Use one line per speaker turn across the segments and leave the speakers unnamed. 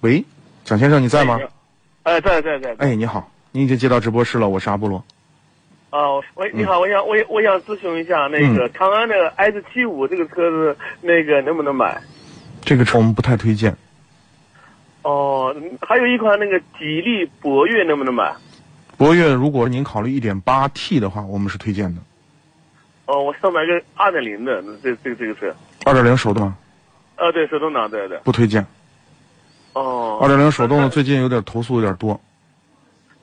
喂，蒋先生，你在吗？
哎，在在在。
哎，你好，您已经接到直播室了，我是阿波罗。
哦，喂，你好，
嗯
我想我我想咨询一下那个长安的 S 七五这个车子，那个能不能买？
这个车我们不太推荐，
哦，还有一款那个吉利博越能不能买？
博越如果您考虑一点八 T 的话，我们是推荐的。
哦，我想买个二点零的，这这这个车。
二点零手动吗
啊，对，手动挡，对对。
不推荐，
哦。
二点零手动的最近有点投诉有点多。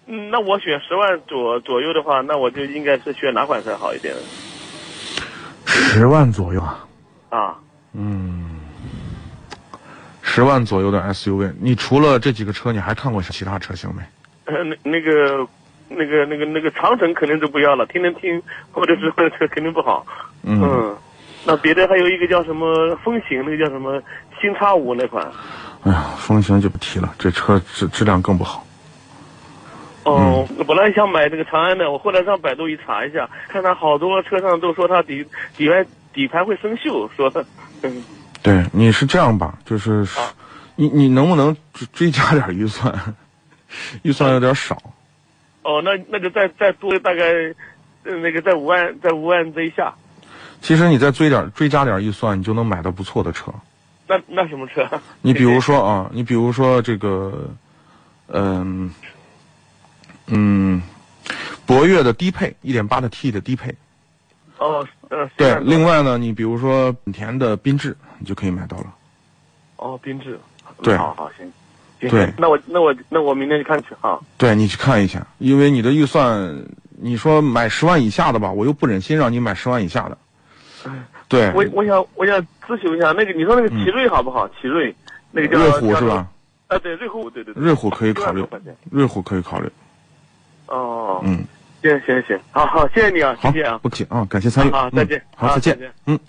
嗯，那我选十万左左右的话，那我就应该是选哪款车好一点
十万左右啊，
啊？
十万左右的 SUV，你除了这几个车，你还看过其他车型没？
呃那那个那个那个那个长城肯定是不要了，天天听或者是这车肯定不好。
嗯
那别的还有一个叫什么风行，那个叫什么新叉五那款。
哎呀，风行就不提了，这车质质量更不好。
哦，
嗯
我本来想买这个长安的，我后来上百度一查一下，看它好多车上都说它底底盘底盘会生锈，说的。嗯
对，你是这样吧？就是，
啊
你你能不能追追加点预算？ 预算有点少。
哦，那那就再再多大概，呃那个在五万在五万这一下，
其实你再追点追加点预算，你就能买到不错的车。
那那什么车？
你比如说啊，你比如说这个，嗯、嗯，博越的低配，一点八的 T 的低配。
哦，呃，
对，
是
另外呢，你比如说本田的缤智，你就可以买到了。
哦，缤智。
对
好好行。行
对
那我那我那我明天去看去哈。
对你去看一下，因为你的预算，你说买十万以下的吧，我又不忍心让你买十万以下的。对，嗯
我我想我想咨询一下那个，你说那个奇瑞好不好？奇瑞，那个叫
瑞虎是？
叫
吧？
啊，对，瑞虎，对对对。
瑞虎可以考
一
虑
万多块钱，
瑞虎可以考虑。
哦，
嗯，
行行行，好好，谢谢你啊，
好
谢谢啊，，
不客气啊，感谢参与。
好再见
嗯好，
好
再
再
见
见。
嗯。